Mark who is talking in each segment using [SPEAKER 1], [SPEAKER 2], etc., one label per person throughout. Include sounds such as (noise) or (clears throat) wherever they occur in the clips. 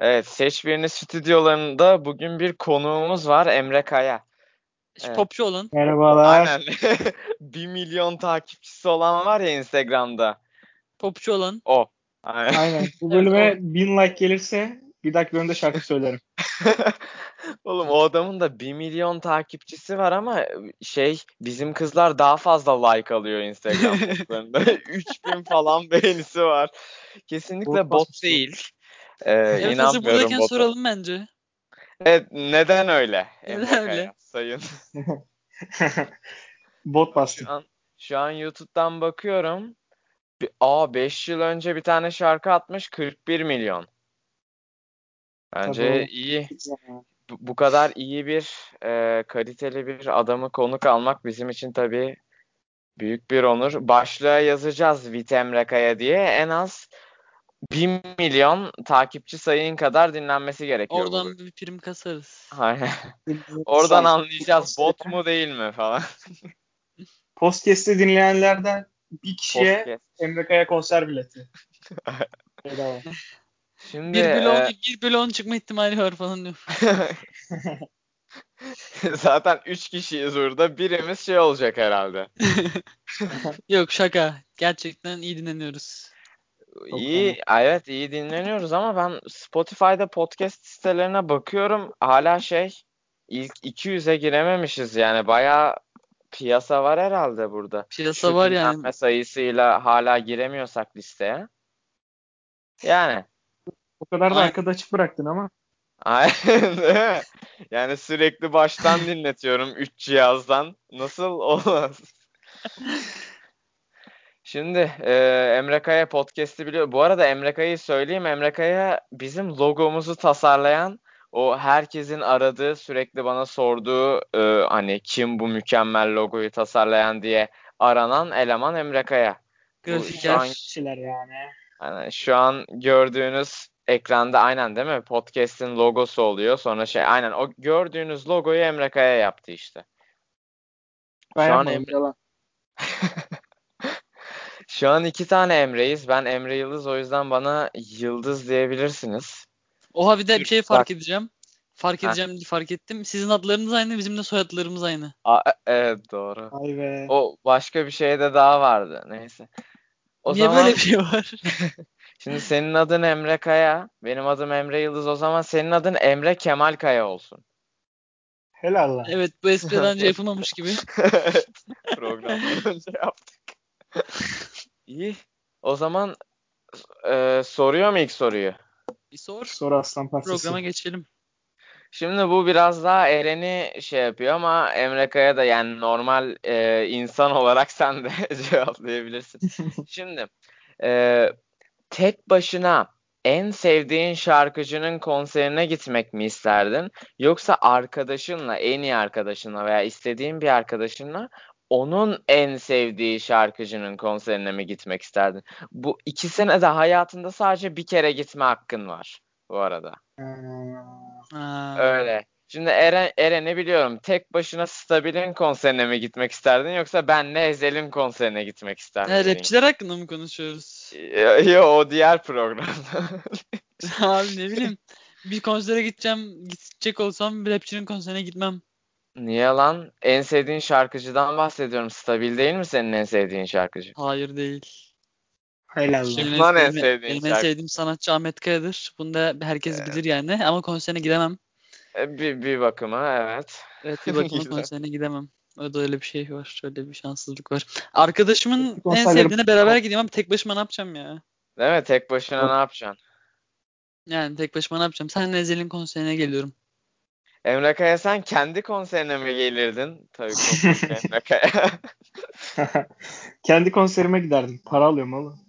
[SPEAKER 1] Evet, Seç Birini stüdyolarında bugün bir konuğumuz var Emre Kaya. Evet.
[SPEAKER 2] Popçu olun.
[SPEAKER 3] Merhabalar.
[SPEAKER 1] Aynen. (laughs) 1 milyon takipçisi olan var ya Instagram'da.
[SPEAKER 2] Popçu olun.
[SPEAKER 1] O. Aynen. (laughs)
[SPEAKER 3] Aynen. Bu bölüme bin like gelirse bir dahaki bölümde şarkı
[SPEAKER 1] (laughs)
[SPEAKER 3] söylerim.
[SPEAKER 1] Oğlum o adamın da 1 milyon takipçisi var ama şey bizim kızlar daha fazla like alıyor Instagram postlarında. (laughs) 3000 falan beğenisi var. Kesinlikle
[SPEAKER 3] Korkmaz
[SPEAKER 1] bot
[SPEAKER 3] mısın?
[SPEAKER 1] değil. Ee,
[SPEAKER 2] Evet hazır
[SPEAKER 1] inanmıyorum
[SPEAKER 2] buradayken
[SPEAKER 1] bota.
[SPEAKER 2] soralım bence.
[SPEAKER 1] Evet, neden öyle?
[SPEAKER 2] Neden
[SPEAKER 1] Emre Kaya,
[SPEAKER 2] öyle?
[SPEAKER 1] Sayın.
[SPEAKER 3] Bot bastım.
[SPEAKER 1] Şu an, şu an YouTube'dan bakıyorum. Bir- Aa 5 yıl önce bir tane şarkı atmış 41 milyon. Bence
[SPEAKER 3] Tabii.
[SPEAKER 1] iyi. Bu, bu kadar iyi bir e, kaliteli bir adamı konuk almak bizim için tabii büyük bir onur. Başlığa yazacağız Vitem Rekaya diye. En az 1 milyon takipçi sayın kadar dinlenmesi gerekiyor. bu.
[SPEAKER 2] Oradan bir prim kasarız.
[SPEAKER 1] (laughs) Aynen. Oradan anlayacağız bot mu değil mi falan.
[SPEAKER 3] Podcast'i dinleyenlerden bir kişiye
[SPEAKER 1] Podcast.
[SPEAKER 3] Emre Kaya
[SPEAKER 1] (laughs)
[SPEAKER 3] konser bileti. Bedava.
[SPEAKER 1] Şimdi
[SPEAKER 2] Bir
[SPEAKER 1] e,
[SPEAKER 2] bölü on, bir bölü on çıkma ihtimali var falan diyor.
[SPEAKER 1] (laughs) Zaten 3 kişiyiz burada. Birimiz şey olacak herhalde.
[SPEAKER 2] (laughs) Yok şaka. Gerçekten iyi dinleniyoruz.
[SPEAKER 1] İyi, evet iyi dinleniyoruz ama ben Spotify'da podcast sitelerine bakıyorum. Hala şey ilk 200'e girememişiz yani. Bayağı piyasa var herhalde burada.
[SPEAKER 2] Piyasa
[SPEAKER 1] Şu
[SPEAKER 2] var
[SPEAKER 1] dinlenme
[SPEAKER 2] yani.
[SPEAKER 1] sayısıyla hala giremiyorsak listeye. Yani
[SPEAKER 3] O kadar da
[SPEAKER 2] Aynen.
[SPEAKER 3] arkada açık bıraktın ama.
[SPEAKER 1] Aynen. değil mi? Yani sürekli baştan dinletiyorum 3 cihazdan. Nasıl olmaz? Şimdi e, Emre Kaya podcast'i biliyor. Bu arada Emre Kaya'yı söyleyeyim. Emre Kaya bizim logomuzu tasarlayan o herkesin aradığı sürekli bana sorduğu e, hani kim bu mükemmel logoyu tasarlayan diye aranan eleman Emre Kaya. şu an-
[SPEAKER 2] Grafiker.
[SPEAKER 3] kişiler yani.
[SPEAKER 1] Yani şu an gördüğünüz ekranda aynen değil mi? Podcast'in logosu oluyor. Sonra şey aynen o gördüğünüz logoyu Emre Kaya yaptı işte.
[SPEAKER 3] Ben
[SPEAKER 1] Şu an
[SPEAKER 3] yapmadım, yalan.
[SPEAKER 1] Şu an iki tane Emre'yiz. Ben Emre Yıldız o yüzden bana Yıldız diyebilirsiniz.
[SPEAKER 2] Oha bir de bir
[SPEAKER 1] Dur,
[SPEAKER 2] şey
[SPEAKER 1] bak.
[SPEAKER 2] fark edeceğim. Fark
[SPEAKER 1] Ha.
[SPEAKER 2] edeceğim fark ettim. Sizin adlarınız aynı bizim de soyadlarımız aynı.
[SPEAKER 1] Aa, e, evet doğru.
[SPEAKER 3] Vay be.
[SPEAKER 1] O başka bir şey de daha vardı. Neyse. O
[SPEAKER 2] Niye
[SPEAKER 1] zaman
[SPEAKER 2] böyle bir şey var? (laughs)
[SPEAKER 1] şimdi senin adın Emre Kaya. Benim adım Emre Yıldız. O zaman senin adın Emre Kemal Kaya olsun.
[SPEAKER 3] Helal lan.
[SPEAKER 2] evet
[SPEAKER 1] (laughs)
[SPEAKER 2] bu espri daha önce yapılmamış gibi.
[SPEAKER 1] Programdan önce yaptık. İyi. O zaman e, soruyor mu ilk soruyu?
[SPEAKER 2] Bir sor.
[SPEAKER 3] Sonra aslan parçası.
[SPEAKER 2] Programa geçelim.
[SPEAKER 1] Şimdi bu biraz daha Eren'i şey yapıyor ama Emre Kaya da yani normal e, insan (laughs) olarak sen de cevaplayabilirsin. Şimdi e, tek başına en sevdiğin şarkıcının konserine gitmek mi isterdin? Yoksa arkadaşınla, en iyi arkadaşınla veya istediğin bir arkadaşınla onun en sevdiği şarkıcının konserine mi gitmek isterdin? Bu ikisine de hayatında sadece bir kere gitme hakkın var bu arada.
[SPEAKER 3] Ee,
[SPEAKER 2] Ha.
[SPEAKER 1] Öyle. Şimdi Eren, Eren'i biliyorum. Tek başına Stabil'in konserine mi gitmek isterdin yoksa benle Ezel'in konserine gitmek isterdin?
[SPEAKER 2] Ha, E, rapçiler hakkında mı konuşuyoruz?
[SPEAKER 1] Yok o diğer programda. (laughs)
[SPEAKER 2] (laughs) Abi ne bileyim. Bir konsere gideceğim, gidecek olsam bir rapçinin konserine gitmem.
[SPEAKER 1] Niye lan? En sevdiğin şarkıcıdan bahsediyorum. Stabil değil mi senin en sevdiğin şarkıcı?
[SPEAKER 2] Hayır değil.
[SPEAKER 3] Helal lan. (laughs)
[SPEAKER 2] Benim,
[SPEAKER 1] Lan en
[SPEAKER 2] benim-
[SPEAKER 1] sevdiğin
[SPEAKER 2] benim en
[SPEAKER 1] şarkı.
[SPEAKER 2] sevdiğim sanatçı Ahmet Kaya'dır. Bunu da herkes bilir yani ama konserine gidemem.
[SPEAKER 1] E, Bir, bir bakıma evet.
[SPEAKER 2] Evet
[SPEAKER 1] (laughs)
[SPEAKER 2] bir bakıma
[SPEAKER 1] Güzel.
[SPEAKER 2] konserine gidemem. O da öyle bir şey var. Şöyle bir şanssızlık var. Arkadaşımın en
[SPEAKER 3] Konserlerim-
[SPEAKER 2] sevdiğine beraber gideyim ama tek başıma ne yapacağım ya?
[SPEAKER 1] Değil mi? Tek başına ne yapacaksın?
[SPEAKER 2] Yani tek başıma ne yapacağım? Sen Nezel'in konserine geliyorum.
[SPEAKER 1] Emre Kaya sen kendi konserine mi gelirdin? (laughs) Tabii konser Emre Kaya.
[SPEAKER 3] Kendi konserime giderdim. Para alıyorum oğlum.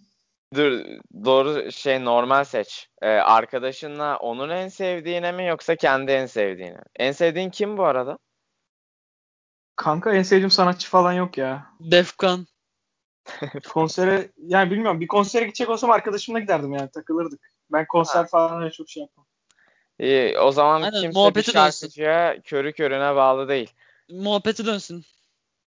[SPEAKER 1] Dur doğru şey normal seç. Ee, arkadaşınla onun en sevdiğine mi yoksa kendi en sevdiğine? mi? En sevdiğin kim bu arada?
[SPEAKER 3] Kanka en sevdiğim sanatçı falan yok ya.
[SPEAKER 2] (laughs) Defkan.
[SPEAKER 3] Konsere yani bilmiyorum bir konsere gidecek olsam arkadaşımla giderdim yani takılırdık. Ben konser falan öyle çok şey yapmam.
[SPEAKER 1] İyi, Ee, o zaman
[SPEAKER 2] Aynen,
[SPEAKER 1] kimse bir
[SPEAKER 2] muhabbeti dönsün.
[SPEAKER 1] şarkıcıya körü körüne bağlı değil.
[SPEAKER 2] Muhabbeti dönsün.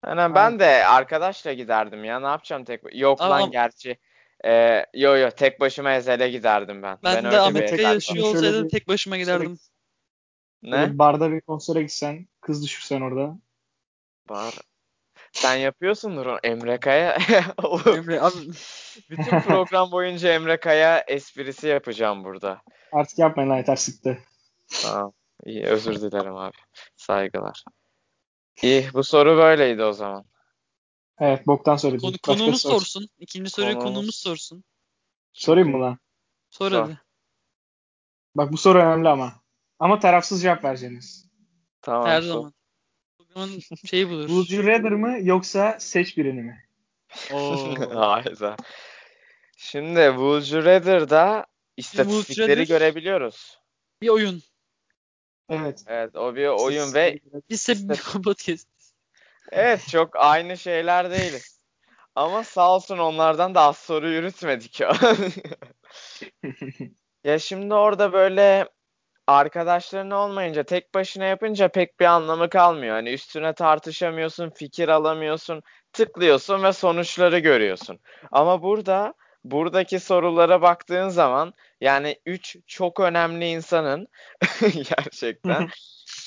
[SPEAKER 1] Yani ben de arkadaşla giderdim ya. Ne yapacağım tek Yok
[SPEAKER 2] Ama-
[SPEAKER 1] lan gerçi. Ee, yo yo tek başıma Ezel'e giderdim ben.
[SPEAKER 2] Ben,
[SPEAKER 1] öyle
[SPEAKER 2] de
[SPEAKER 1] bir
[SPEAKER 2] Amerika'ya
[SPEAKER 1] erkektim.
[SPEAKER 2] yaşıyor
[SPEAKER 3] Şöyle
[SPEAKER 2] olsaydım
[SPEAKER 3] bir-
[SPEAKER 2] tek başıma
[SPEAKER 3] (laughs)
[SPEAKER 2] giderdim.
[SPEAKER 1] Ne?
[SPEAKER 3] Böyle barda bir konsere gitsen, kız düşürsen orada.
[SPEAKER 1] Var. Sen yapıyorsundur onu Emre Kaya. (laughs)
[SPEAKER 2] Emre abi
[SPEAKER 1] Bütün program boyunca Emre Kaya esprisi yapacağım burada.
[SPEAKER 3] Artık yapmayın lan yeter sıktı.
[SPEAKER 1] Tamam. İyi özür dilerim abi. Saygılar. İyi bu soru böyleydi o zaman.
[SPEAKER 3] Evet boktan söyledim.
[SPEAKER 2] konu,
[SPEAKER 3] Başka
[SPEAKER 2] konuğumuz
[SPEAKER 3] soru-
[SPEAKER 2] sorsun. İkinci soruyu
[SPEAKER 1] Konuğumuz.
[SPEAKER 2] konuğumuz sorsun.
[SPEAKER 3] Sorayım mı lan?
[SPEAKER 2] Sor
[SPEAKER 1] Sor.
[SPEAKER 2] abi.
[SPEAKER 3] Bak bu soru önemli ama. Ama tarafsız cevap vereceksiniz.
[SPEAKER 1] Tamam.
[SPEAKER 2] Her
[SPEAKER 1] sor.
[SPEAKER 2] zaman.
[SPEAKER 1] (laughs)
[SPEAKER 2] Programın şeyi budur.
[SPEAKER 3] Would you rather mı yoksa seç birini mi?
[SPEAKER 2] Oo.
[SPEAKER 1] Hayda. Şimdi Would You Rather'da istatistikleri
[SPEAKER 2] Rather-
[SPEAKER 1] görebiliyoruz.
[SPEAKER 2] bir oyun.
[SPEAKER 3] (laughs) Evet.
[SPEAKER 1] Evet o bir oyun ve
[SPEAKER 2] Biz hep (laughs) bir podcast.
[SPEAKER 1] evet çok aynı şeyler değiliz. Ama sağ olsun onlardan da az soru yürütmedik ya. ya şimdi orada böyle arkadaşların olmayınca tek başına yapınca pek bir anlamı kalmıyor. Hani üstüne tartışamıyorsun, fikir alamıyorsun, tıklıyorsun ve sonuçları görüyorsun. Ama burada buradaki sorulara baktığın zaman yani 3 çok önemli insanın (laughs) gerçekten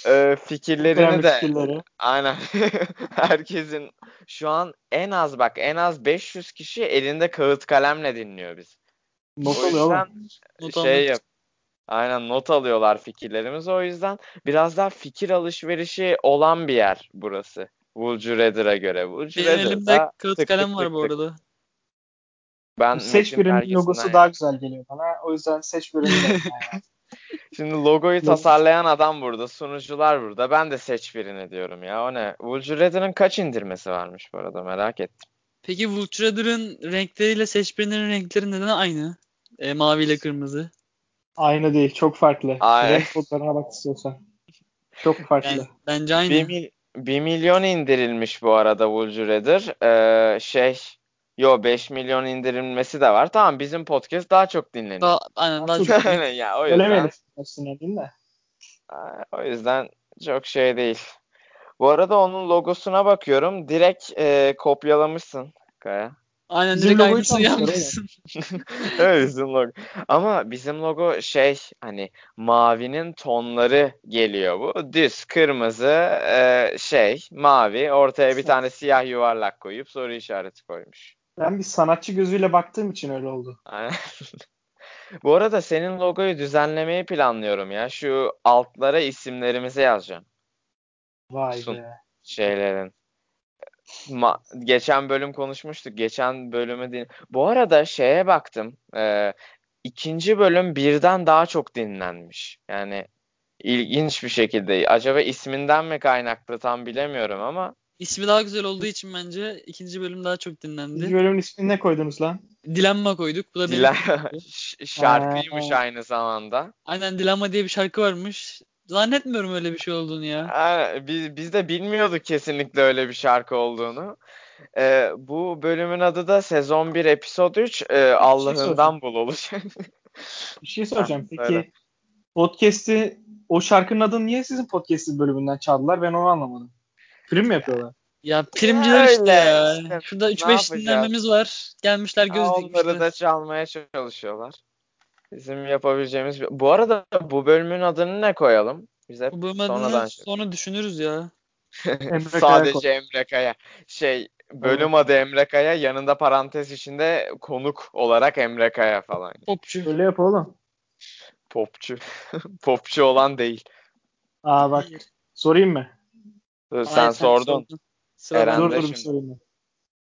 [SPEAKER 1] e, fikirlerini
[SPEAKER 3] Önemli şey.
[SPEAKER 1] de
[SPEAKER 3] fikirleri.
[SPEAKER 1] Aynen. (laughs) Herkesin şu an en az bak en az 500 kişi elinde kağıt kalemle dinliyor biz.
[SPEAKER 3] Not
[SPEAKER 1] O
[SPEAKER 3] alıyor
[SPEAKER 1] yüzden
[SPEAKER 3] oğlum.
[SPEAKER 2] Not
[SPEAKER 1] şey
[SPEAKER 2] almak
[SPEAKER 1] yap. Aynen not alıyorlar fikirlerimizi. O yüzden biraz daha fikir alışverişi olan bir yer burası. Vulcu Redder'a göre. Vulcu
[SPEAKER 2] Benim elimde
[SPEAKER 1] Redder'da
[SPEAKER 2] kağıt
[SPEAKER 1] şey tık
[SPEAKER 2] kalem
[SPEAKER 1] tık
[SPEAKER 2] var
[SPEAKER 1] tık
[SPEAKER 2] bu
[SPEAKER 1] tık.
[SPEAKER 2] arada.
[SPEAKER 1] ben
[SPEAKER 3] Seç
[SPEAKER 1] Metin
[SPEAKER 3] birinin
[SPEAKER 1] dergisinden
[SPEAKER 3] logosu
[SPEAKER 1] yani.
[SPEAKER 3] daha güzel geliyor bana. O yüzden seç birini de.
[SPEAKER 1] (laughs) Şimdi logoyu
[SPEAKER 3] Logo-
[SPEAKER 1] tasarlayan adam burada, sunucular burada. Ben de seç birini diyorum ya. O ne? Vulcu Redder'ın kaç indirmesi varmış bu arada merak ettim.
[SPEAKER 2] Peki Vulturader'ın renkleriyle Seçmenlerin renkleri neden aynı? E, mavi ile kırmızı.
[SPEAKER 3] Aynı değil. Çok farklı.
[SPEAKER 1] Ay.
[SPEAKER 3] Renk kodlarına bak istiyorsan. Çok farklı.
[SPEAKER 2] Yani bence aynı.
[SPEAKER 1] 1, milyon indirilmiş bu arada Vulture Raider. Ee, şey yo 5 milyon indirilmesi de var. Tamam bizim podcast daha çok dinleniyor.
[SPEAKER 2] Daha, aynen daha
[SPEAKER 1] (laughs)
[SPEAKER 2] çok.
[SPEAKER 1] Aynen ya o yüzden,
[SPEAKER 3] Ölemedim. Aslında değil de.
[SPEAKER 1] Aa, o yüzden çok şey değil. Bu arada onun logosuna bakıyorum. Direkt e, kopyalamışsın Kaya.
[SPEAKER 2] Aynen
[SPEAKER 3] Bizim
[SPEAKER 2] direkt
[SPEAKER 3] logoyu
[SPEAKER 2] aynısını
[SPEAKER 3] çalmışlar
[SPEAKER 2] yapmışsın.
[SPEAKER 1] Evet, bizim logo. Ama bizim logo şey hani mavinin tonları geliyor bu. Düz, kırmızı, e, şey, mavi. Ortaya bir tane siyah yuvarlak koyup soru işareti koymuş.
[SPEAKER 3] Ben bir sanatçı gözüyle baktığım için öyle oldu.
[SPEAKER 1] Aynen. Bu arada senin logoyu düzenlemeyi planlıyorum ya. Şu altlara isimlerimizi yazacağım.
[SPEAKER 3] Vay
[SPEAKER 1] Sun.
[SPEAKER 3] be.
[SPEAKER 1] Şeylerin. Ma- geçen bölüm konuşmuştuk. Geçen bölümü din. Bu arada şeye baktım. Ee, ikinci bölüm birden daha çok dinlenmiş. Yani ilginç bir şekilde. Acaba isminden mi kaynaklı tam bilemiyorum ama
[SPEAKER 2] İsmi daha güzel olduğu için bence ikinci bölüm daha çok dinlendi.
[SPEAKER 3] Bir bölümün ismini ne koydunuz lan?
[SPEAKER 2] Dilemma koyduk. Bu da benim.
[SPEAKER 1] Dila (laughs) Ş- şarkıymış
[SPEAKER 3] Aa.
[SPEAKER 1] aynı zamanda.
[SPEAKER 2] Aynen Dilemma diye bir şarkı varmış. Zannetmiyorum öyle bir şey olduğunu ya.
[SPEAKER 1] Aynen. Biz, biz de bilmiyorduk kesinlikle öyle bir şarkı olduğunu. Ee, bu bölümün adı da sezon 1 episod 3 e, Allah'ından bul olacak.
[SPEAKER 3] Bir şey soracağım.
[SPEAKER 1] Ha,
[SPEAKER 3] Peki
[SPEAKER 1] söyle.
[SPEAKER 3] podcast'i o şarkının adını niye sizin podcast'in bölümünden çaldılar? Ben onu anlamadım. Prim mi yapıyorlar?
[SPEAKER 2] Ya primciler işte
[SPEAKER 1] Öyle
[SPEAKER 2] ya.
[SPEAKER 1] işte.
[SPEAKER 2] Şurada
[SPEAKER 1] Ne
[SPEAKER 2] 3-5
[SPEAKER 1] yapacağız?
[SPEAKER 2] dinlenmemiz var.
[SPEAKER 1] (laughs)
[SPEAKER 2] Gelmişler göz
[SPEAKER 1] Aa,
[SPEAKER 2] dikmişler.
[SPEAKER 1] Onları da çalmaya çalışıyorlar. Bizim yapabileceğimiz... bir- Bu arada bu bölümün adını ne koyalım? Biz hep
[SPEAKER 2] Bu bölümün
[SPEAKER 1] sonradan
[SPEAKER 2] adını
[SPEAKER 1] şey-
[SPEAKER 2] sonra düşünürüz ya.
[SPEAKER 1] (laughs)
[SPEAKER 3] Emre Kaya
[SPEAKER 1] Sadece
[SPEAKER 3] koy.
[SPEAKER 1] Emre Kaya. Şey bölüm adı Emre Kaya yanında parantez içinde konuk olarak Emre Kaya falan.
[SPEAKER 2] Popçu.
[SPEAKER 3] Öyle yap oğlum.
[SPEAKER 1] Popçu. (laughs) Popçu olan değil.
[SPEAKER 3] Aa bak sorayım mı?
[SPEAKER 1] Dur, Sen
[SPEAKER 2] Aynen,
[SPEAKER 1] sordun.
[SPEAKER 2] Sıra
[SPEAKER 1] Eren- Ben
[SPEAKER 3] dur
[SPEAKER 1] de
[SPEAKER 3] dur bir
[SPEAKER 1] şimdi-
[SPEAKER 3] sorayım mı?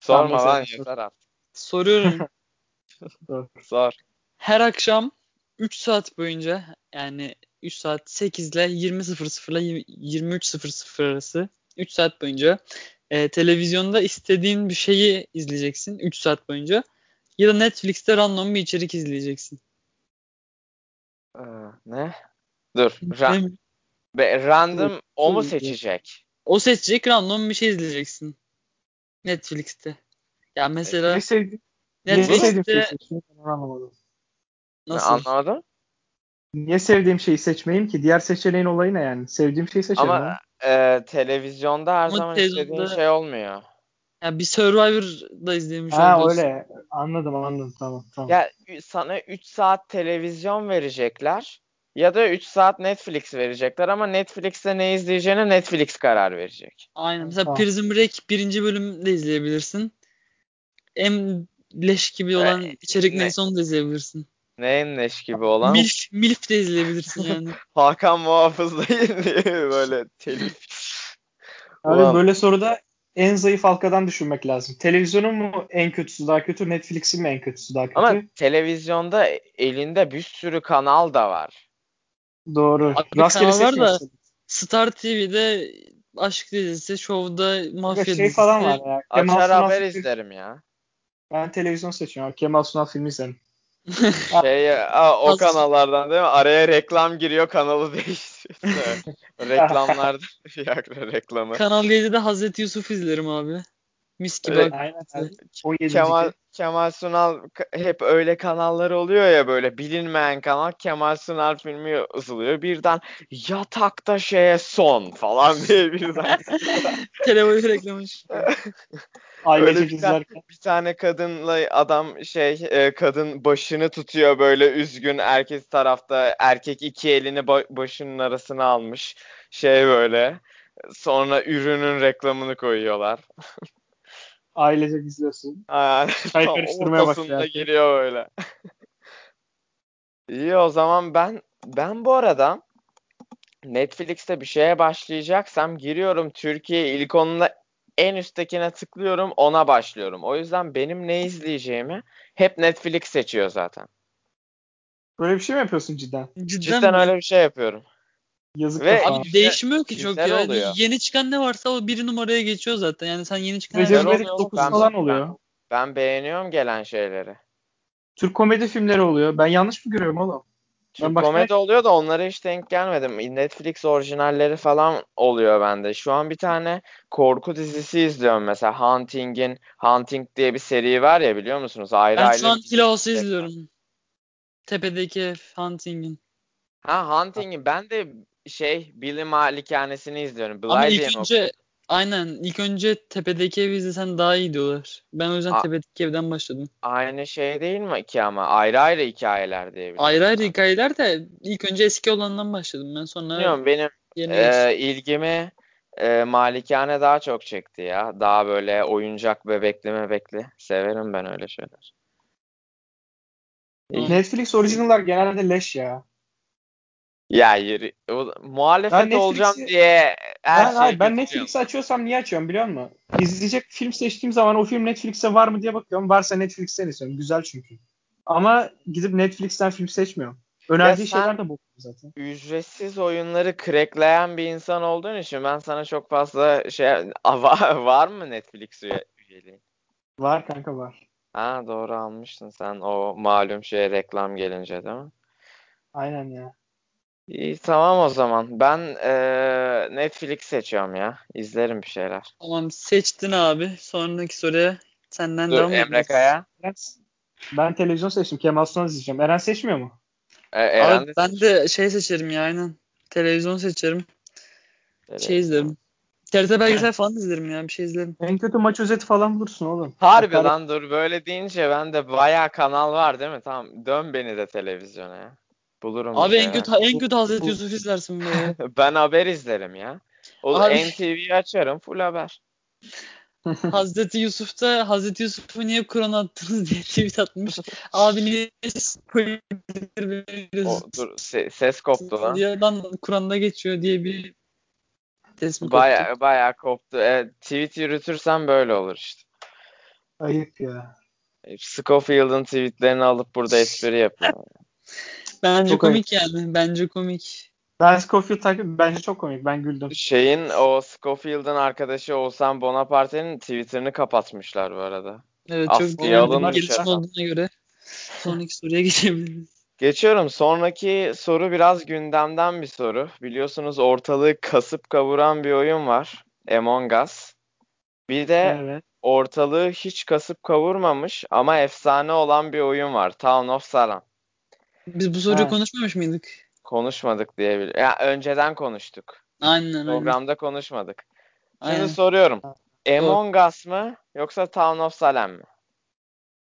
[SPEAKER 1] Sorma
[SPEAKER 3] Tamam,
[SPEAKER 1] lan
[SPEAKER 3] mesela-
[SPEAKER 1] yeter artık. (laughs)
[SPEAKER 2] Soruyorum.
[SPEAKER 1] Sor.
[SPEAKER 2] Her akşam 3 saat boyunca yani 3 saat 8 ile 20.00 ile 23.00 arası 3 saat boyunca e, televizyonda istediğin bir şeyi izleyeceksin 3 saat boyunca ya da Netflix'te random bir içerik izleyeceksin.
[SPEAKER 1] Ee, ne? Dur. Ra-
[SPEAKER 2] Hem
[SPEAKER 1] be- random o mu
[SPEAKER 3] Dur.
[SPEAKER 2] şey
[SPEAKER 1] seçecek?
[SPEAKER 2] o seçecek random bir şey izleyeceksin Netflix'te. Ya mesela
[SPEAKER 3] Ne sevdim? Niye sevdiğim şeyi
[SPEAKER 2] Netflix'te
[SPEAKER 3] seçmeyi ben onu anlamadım.
[SPEAKER 2] nasıl?
[SPEAKER 1] Anlamadım.
[SPEAKER 3] Niye sevdiğim şeyi seçmeyeyim ki? Diğer seçeneğin olayı ne yani? Sevdiğim şeyi seçerim.
[SPEAKER 1] Ama
[SPEAKER 3] lan.
[SPEAKER 1] e, televizyonda her
[SPEAKER 2] Ama
[SPEAKER 1] zaman istediğin
[SPEAKER 2] televizyonda-
[SPEAKER 1] şey olmuyor.
[SPEAKER 2] Yani bir Survivor'da izlemiş
[SPEAKER 3] Ha
[SPEAKER 2] oluyorsun.
[SPEAKER 3] öyle. Anladım anladım tamam tamam.
[SPEAKER 1] Ya ü- sana 3 saat televizyon verecekler ya da 3 saat Netflix verecekler ama Netflix'te ne izleyeceğine Netflix karar verecek.
[SPEAKER 2] Aynen. Mesela
[SPEAKER 3] Tamam.
[SPEAKER 2] Prison Break birinci bölümde izleyebilirsin. En leş gibi olan
[SPEAKER 1] Ve-
[SPEAKER 2] içerik
[SPEAKER 1] ne-
[SPEAKER 2] neyse onu da izleyebilirsin.
[SPEAKER 1] Neyin neş gibi olan?
[SPEAKER 2] Milf, Milf de izleyebilirsin
[SPEAKER 1] (laughs)
[SPEAKER 2] yani.
[SPEAKER 1] Hakan Muhafız dayı (laughs) diye böyle telif.
[SPEAKER 3] Abi
[SPEAKER 1] Ulan.
[SPEAKER 3] böyle soruda en zayıf halkadan düşünmek lazım. Televizyonun mu en kötüsü daha kötü, Netflix'in mi en kötüsü daha kötü?
[SPEAKER 1] Ama televizyonda elinde bir sürü kanal da var.
[SPEAKER 3] Doğru.
[SPEAKER 2] Abi
[SPEAKER 3] Rastgele
[SPEAKER 2] kanal var da-
[SPEAKER 3] seçmiyorsun.
[SPEAKER 2] Star TV'de aşk dizisi, şovda mafya
[SPEAKER 3] Şey
[SPEAKER 2] dizisi.
[SPEAKER 3] falan var ya. Kemal
[SPEAKER 1] Açar
[SPEAKER 3] Sunal
[SPEAKER 1] haber
[SPEAKER 3] filmi-
[SPEAKER 1] izlerim ya.
[SPEAKER 3] Ben televizyon seçiyorum. abi. Kemal Sunal filmi izlerim.
[SPEAKER 1] Şey, aa, o
[SPEAKER 2] Az-
[SPEAKER 1] kanallardan değil mi? Araya reklam giriyor kanalı (laughs) değiştiriyor. Reklamlarda (laughs) Viagra reklamı.
[SPEAKER 2] Kanal 7'de Hazreti Yusuf izlerim abi. Mis gibi.
[SPEAKER 1] Evet.
[SPEAKER 2] ak-
[SPEAKER 3] Aynen.
[SPEAKER 2] abi.
[SPEAKER 3] O yedinci.
[SPEAKER 1] Kemal Kemal Sunal k- hep öyle kanalları oluyor ya böyle bilinmeyen kanal Kemal Sunal filmi ısılıyor birden yatakta şeye son falan diye birden
[SPEAKER 2] Televizyon reklamı. çıkıyor.
[SPEAKER 1] Öyle
[SPEAKER 3] Ailece
[SPEAKER 1] bir tane-
[SPEAKER 3] izlerken.
[SPEAKER 1] bir tane kadınla adam şey e, kadın başını tutuyor böyle üzgün erkek tarafta erkek iki elini ba- başının arasına almış şey böyle sonra ürünün reklamını koyuyorlar.
[SPEAKER 3] Ailece izliyorsun.
[SPEAKER 1] Aa,
[SPEAKER 3] Çay
[SPEAKER 1] tam
[SPEAKER 3] karıştırmaya
[SPEAKER 1] ortasında
[SPEAKER 3] başlıyor.
[SPEAKER 1] geliyor öyle. (laughs) İyi o zaman ben ben bu arada Netflix'te bir şeye başlayacaksam giriyorum Türkiye ilk onunla en üsttekine tıklıyorum ona başlıyorum. O yüzden benim ne izleyeceğimi hep Netflix seçiyor zaten.
[SPEAKER 3] Böyle bir şey mi yapıyorsun cidden?
[SPEAKER 2] Cidden,
[SPEAKER 1] Cidden
[SPEAKER 2] mi?
[SPEAKER 1] öyle bir şey yapıyorum.
[SPEAKER 3] Yazık
[SPEAKER 1] Ve-
[SPEAKER 3] kafana.
[SPEAKER 2] Abi değişmiyor ki çok
[SPEAKER 1] Güzel
[SPEAKER 2] ya. Hani
[SPEAKER 1] oluyor.
[SPEAKER 2] Yeni çıkan ne varsa o bir numaraya geçiyor zaten. Yani sen yeni çıkan
[SPEAKER 1] Güzel
[SPEAKER 3] Recep
[SPEAKER 2] her-
[SPEAKER 3] İvedik
[SPEAKER 1] oluyor,
[SPEAKER 3] 9
[SPEAKER 1] ben-
[SPEAKER 3] falan oluyor.
[SPEAKER 1] Ben beğeniyorum gelen şeyleri.
[SPEAKER 3] Türk komedi filmleri oluyor. Ben yanlış mı görüyorum oğlum?
[SPEAKER 1] Türk
[SPEAKER 3] başka-
[SPEAKER 1] komedi oluyor da onlara hiç denk gelmedim. Netflix orijinalleri falan oluyor bende. Şu an bir tane korku dizisi izliyorum mesela. Hunting'in Hunting diye bir seri var ya biliyor musunuz? Ayrı
[SPEAKER 2] Ben
[SPEAKER 1] ayrı.
[SPEAKER 2] şu an Hill House'u izliyorum. Tepedeki ev, Hunting'in.
[SPEAKER 1] Ha Hunting'in ben de şey Billy Malikanesini izliyorum. Bly
[SPEAKER 2] Ama
[SPEAKER 1] diye mi
[SPEAKER 2] ilk önce aynen ilk önce tepedeki evi izlesen daha iyi diyorlar. Ben o yüzden
[SPEAKER 1] A-
[SPEAKER 2] tepedeki evden başladım.
[SPEAKER 1] Aynı şey değil mi ki ama ayrı ayrı hikayeler diye biliyorum.
[SPEAKER 2] Ayrı ayrı hikayeler de ilk önce eski olandan başladım ben sonra
[SPEAKER 1] Bilmiyorum, benim
[SPEAKER 2] yeni
[SPEAKER 1] e, ilgimi e, Malikane daha çok çekti ya. Daha böyle oyuncak bebekli mebekli. Severim ben öyle şeyler. İyi.
[SPEAKER 3] Netflix orijinallar genelde leş ya.
[SPEAKER 1] Ya yürü. O, muhalefet
[SPEAKER 3] Ben Netflix'i-
[SPEAKER 1] olacağım diye her
[SPEAKER 3] ben,
[SPEAKER 1] şeyi
[SPEAKER 3] hayır, ben
[SPEAKER 1] kötülüyorum.
[SPEAKER 3] Netflix'i açıyorsam niye açıyorum biliyor musun? İzleyecek film seçtiğim zaman o film Netflix'te var mı diye bakıyorum. Varsa Netflix'ten izliyorum. Güzel çünkü. Ama gidip Netflix'ten film seçmiyorum. Önerdiği
[SPEAKER 1] Ya sen-
[SPEAKER 3] şeyler de bok zaten.
[SPEAKER 1] Ücretsiz oyunları crackleyen bir insan olduğun için ben sana çok fazla şey (laughs) A, var, var mı Netflix üye, üyeliği?
[SPEAKER 3] Var kanka var.
[SPEAKER 1] Ha doğru almıştın sen o malum şeye reklam gelince değil mi?
[SPEAKER 3] Aynen ya.
[SPEAKER 1] İyi tamam o zaman. Ben eee, Netflix seçiyorum ya. İzlerim bir şeyler.
[SPEAKER 2] Tamam seçtin abi. Sonraki soruya senden
[SPEAKER 1] Dur
[SPEAKER 2] devam
[SPEAKER 1] Emre
[SPEAKER 2] ediyoruz.
[SPEAKER 1] Kaya.
[SPEAKER 3] Ben, ben televizyon seçtim. Kemal Sunal izleyeceğim. Eren seçmiyor mu?
[SPEAKER 1] E, Eren
[SPEAKER 2] Abi
[SPEAKER 1] de
[SPEAKER 2] ben de şey seçerim ya aynen. Televizyon seçerim.
[SPEAKER 1] seçti.
[SPEAKER 2] Şey izlerim.
[SPEAKER 1] (laughs)
[SPEAKER 2] TRT belgesel falan izlerim ya bir şey izlerim.
[SPEAKER 3] En kötü maç özeti falan bulursun oğlum.
[SPEAKER 1] Harbi
[SPEAKER 3] Bak,
[SPEAKER 1] lan dur böyle deyince ben de bayağı kanal var değil mi? Tamam dön beni de televizyona ya. Bulurum bir
[SPEAKER 2] Abi en
[SPEAKER 1] şeyler.
[SPEAKER 2] kötü en kötü Hazreti Yusuf izlersin böyle.
[SPEAKER 1] (laughs) Ben haber izlerim ya. O
[SPEAKER 2] Abi-
[SPEAKER 1] NTV'yi açarım full haber.
[SPEAKER 2] Hazreti Yusuf'ta Hazreti Yusuf'u niye Kur'an'a attınız diye tweet atmış. Abi niye spoiler
[SPEAKER 1] O,
[SPEAKER 2] veriyorsunuz
[SPEAKER 1] dur se- ses koptu lan.
[SPEAKER 2] diye lan Kur'an'da geçiyor diye bir teslim koptu.
[SPEAKER 1] Baya baya koptu. Evet, tweet yürütürsem böyle olur işte. E,
[SPEAKER 3] Ayıp ya.
[SPEAKER 1] Scofield'ın tweetlerini alıp burada espri yapıyorum.
[SPEAKER 2] (laughs) Bence
[SPEAKER 3] Çok
[SPEAKER 2] komik yani. Bence komik.
[SPEAKER 3] Ben Scofield takip bence çok komik. Ben güldüm.
[SPEAKER 1] Şeyin o Scofield'ın arkadaşı Oğuzhan Bonaparte'nin Twitter'ını kapatmışlar bu arada.
[SPEAKER 2] Evet çok
[SPEAKER 1] Askıya
[SPEAKER 2] güzel bir
[SPEAKER 1] alınmış
[SPEAKER 2] gelişme
[SPEAKER 1] herhalde.
[SPEAKER 2] olduğuna göre sonraki soruya geçebiliriz.
[SPEAKER 1] Geçiyorum. Sonraki soru biraz gündemden bir soru. Biliyorsunuz ortalığı kasıp kavuran bir oyun var. Among Us. Bir de
[SPEAKER 3] Evet.
[SPEAKER 1] ortalığı hiç kasıp kavurmamış ama efsane olan bir oyun var. Town of Saran.
[SPEAKER 2] Biz bu soruyu
[SPEAKER 3] Ha.
[SPEAKER 2] konuşmamış mıydık?
[SPEAKER 1] Konuşmadık diyebilir. Ya önceden konuştuk.
[SPEAKER 2] Aynen aynen.
[SPEAKER 1] Programda konuşmadık. Şimdi
[SPEAKER 2] aynen.
[SPEAKER 1] soruyorum. Among Us mı yoksa Town of Salem mi?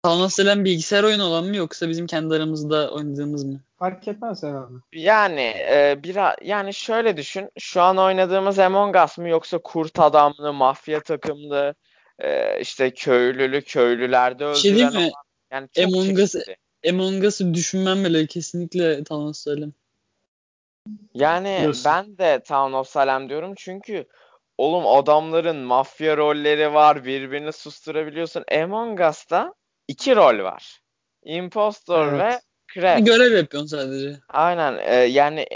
[SPEAKER 2] Town of Salem bilgisayar oyunu olan mı yoksa bizim kendi aramızda oynadığımız mı?
[SPEAKER 3] Fark etmez herhalde.
[SPEAKER 1] Yani e, bira- yani şöyle düşün. Şu an oynadığımız Among Us mı yoksa kurt adamlı, mafya takımlı, e, işte köylülü, köylülerde
[SPEAKER 2] Bir şey diyeyim
[SPEAKER 1] öldüren
[SPEAKER 2] mi?
[SPEAKER 1] yani çok şey.
[SPEAKER 2] Among Us-
[SPEAKER 1] çeşitli.
[SPEAKER 2] Among Us'ı düşünmem bile kesinlikle Town of Salem.
[SPEAKER 1] Yani
[SPEAKER 3] Diyorsun.
[SPEAKER 1] ben de Town of Salem diyorum çünkü oğlum adamların mafya rolleri var, birbirini susturabiliyorsun. Among Us'ta iki rol var. Impostor
[SPEAKER 3] Evet.
[SPEAKER 1] ve Crab.
[SPEAKER 2] Görev yapıyorsun sadece.
[SPEAKER 1] Aynen e, yani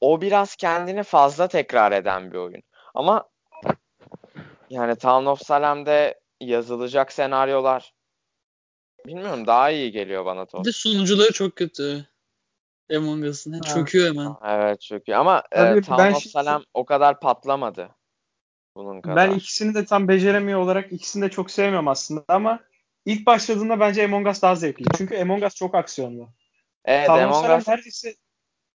[SPEAKER 1] o biraz kendini fazla tekrar eden bir oyun. Ama yani Town of Salem'de yazılacak senaryolar bilmiyorum daha iyi geliyor bana Tom.
[SPEAKER 2] Bir de sunucuları çok kötü. Among Us'ın.
[SPEAKER 3] Ha.
[SPEAKER 2] Çöküyor hemen.
[SPEAKER 1] Evet çok iyi ama e,
[SPEAKER 3] Tabii,
[SPEAKER 1] Town
[SPEAKER 3] ben
[SPEAKER 1] of
[SPEAKER 3] şimdi-
[SPEAKER 1] Salem o kadar patlamadı bunun kadar.
[SPEAKER 3] Ben ikisini de tam beceremiyor olarak ikisini de çok sevmiyorum aslında ama ilk başladığında bence Among Us daha zevkli. Çünkü Among Us çok aksiyonlu.
[SPEAKER 1] Evet,
[SPEAKER 3] Town of
[SPEAKER 1] Among
[SPEAKER 3] Salem
[SPEAKER 1] Us-
[SPEAKER 3] neredeyse,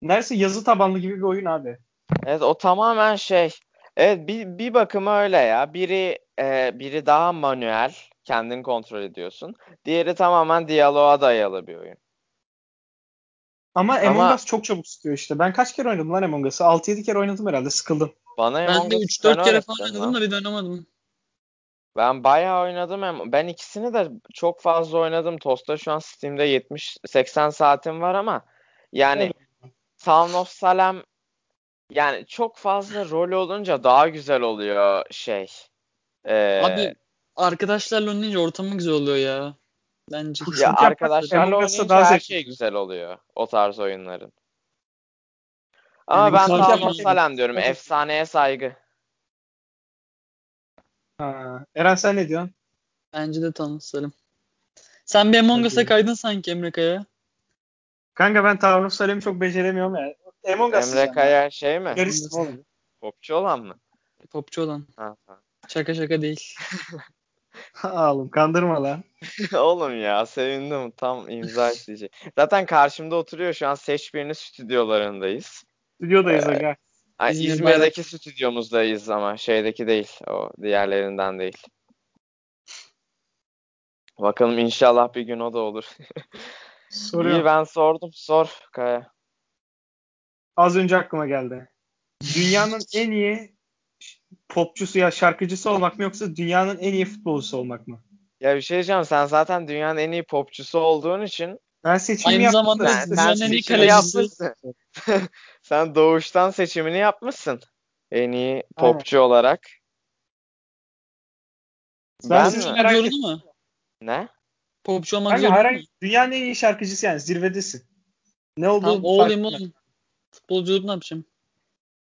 [SPEAKER 3] neredeyse yazı tabanlı gibi bir oyun abi.
[SPEAKER 1] Evet o tamamen şey. Evet bir, bir bakıma öyle ya. Biri e, biri daha manuel, kendini kontrol ediyorsun. Diğeri tamamen diyaloğa dayalı bir oyun.
[SPEAKER 3] Ama Among
[SPEAKER 1] Ama-
[SPEAKER 3] Us çok çabuk sıkıyor işte. Ben kaç kere oynadım lan Among Us'ı? 6-7 kere oynadım herhalde sıkıldım.
[SPEAKER 1] Bana
[SPEAKER 2] Ben
[SPEAKER 1] Among
[SPEAKER 2] de
[SPEAKER 1] Us'ı
[SPEAKER 2] 3-4
[SPEAKER 1] sen
[SPEAKER 2] kere
[SPEAKER 1] öğrettin
[SPEAKER 2] falan
[SPEAKER 1] lan.
[SPEAKER 2] oynadım da bir de oynamadım.
[SPEAKER 1] Ben bayağı oynadım. hem- Ben ikisini de çok fazla oynadım. Tosta şu an Steam'de 70-80 saatim var ama yani Town of Salem yani çok fazla rol olunca daha güzel oluyor şey. Ee,
[SPEAKER 2] Abi arkadaşlarla oynayınca ortamı güzel oluyor ya. Bence.
[SPEAKER 3] Kuş-
[SPEAKER 1] ya
[SPEAKER 3] Çünkü
[SPEAKER 1] arkadaşlarla
[SPEAKER 3] Among Us'ta
[SPEAKER 1] oynayınca
[SPEAKER 3] daha
[SPEAKER 1] her
[SPEAKER 3] zevkli.
[SPEAKER 1] şey güzel oluyor o tarz oyunların.
[SPEAKER 2] Ee,
[SPEAKER 1] Ama
[SPEAKER 3] Yani
[SPEAKER 1] ben
[SPEAKER 3] kuşak
[SPEAKER 1] Town of
[SPEAKER 3] yapmak-
[SPEAKER 1] Salem diyorum. Efsaneye saygı.
[SPEAKER 3] Ha. Eren sen ne diyorsun?
[SPEAKER 2] Bence de tanısalım. Sen bir Among Us'a
[SPEAKER 3] Hadi.
[SPEAKER 2] kaydın sanki Emre Kaya.
[SPEAKER 3] Kanka ben Town of Salem'i çok beceremiyorum ya. Among Us
[SPEAKER 1] Emre Kaya şey mi?
[SPEAKER 3] Garisim oğlum. (laughs)
[SPEAKER 1] Popçu olan mı?
[SPEAKER 2] Popçu olan.
[SPEAKER 1] Ha, ha.
[SPEAKER 2] Şaka şaka değil.
[SPEAKER 3] Ha, oğlum kandırma lan.
[SPEAKER 1] (laughs) Oğlum ya sevindim tam imza isteyecek. Zaten karşımda oturuyor şu an seç birini stüdyolarındayız.
[SPEAKER 3] Stüdyodayız
[SPEAKER 1] Ee,
[SPEAKER 3] aga.
[SPEAKER 1] Ay,
[SPEAKER 2] İzmir
[SPEAKER 1] İzmir'deki stüdyomuzdayız ama şeydeki değil o diğerlerinden değil. Bakalım inşallah bir gün o da olur. İyi
[SPEAKER 3] Soruyorum.
[SPEAKER 1] ben sordum sor Kaya.
[SPEAKER 3] Az önce aklıma geldi. Dünyanın en iyi popçusu ya şarkıcısı olmak mı yoksa dünyanın en iyi futbolcusu olmak mı?
[SPEAKER 1] Ya bir şey diyeceğim sen zaten dünyanın en iyi popçusu olduğun için
[SPEAKER 3] Ben seçimi
[SPEAKER 2] Aynı
[SPEAKER 3] yaptım
[SPEAKER 2] zamanda
[SPEAKER 3] da
[SPEAKER 1] sen,
[SPEAKER 3] size-
[SPEAKER 1] sen
[SPEAKER 2] dünyanın en iyi
[SPEAKER 1] seçimini
[SPEAKER 2] kalecisi.
[SPEAKER 1] yapmışsın. (laughs) sen doğuştan seçimini yapmışsın. En iyi popçu olarak.
[SPEAKER 3] Ben
[SPEAKER 1] Ben
[SPEAKER 3] sizi
[SPEAKER 1] mi?
[SPEAKER 3] merak
[SPEAKER 2] Merak
[SPEAKER 3] ettim.
[SPEAKER 2] zorunda mı?
[SPEAKER 1] Ne?
[SPEAKER 2] Popçu olmak
[SPEAKER 3] Kanka
[SPEAKER 2] zorunda mı?
[SPEAKER 3] herhangi dünyanın en iyi şarkıcısı yani zirvedesin. Ne olduğu
[SPEAKER 2] Tamam o
[SPEAKER 3] fark
[SPEAKER 2] olayım
[SPEAKER 3] etmez.
[SPEAKER 2] oğlum. Futbolculuk ne yapacağım?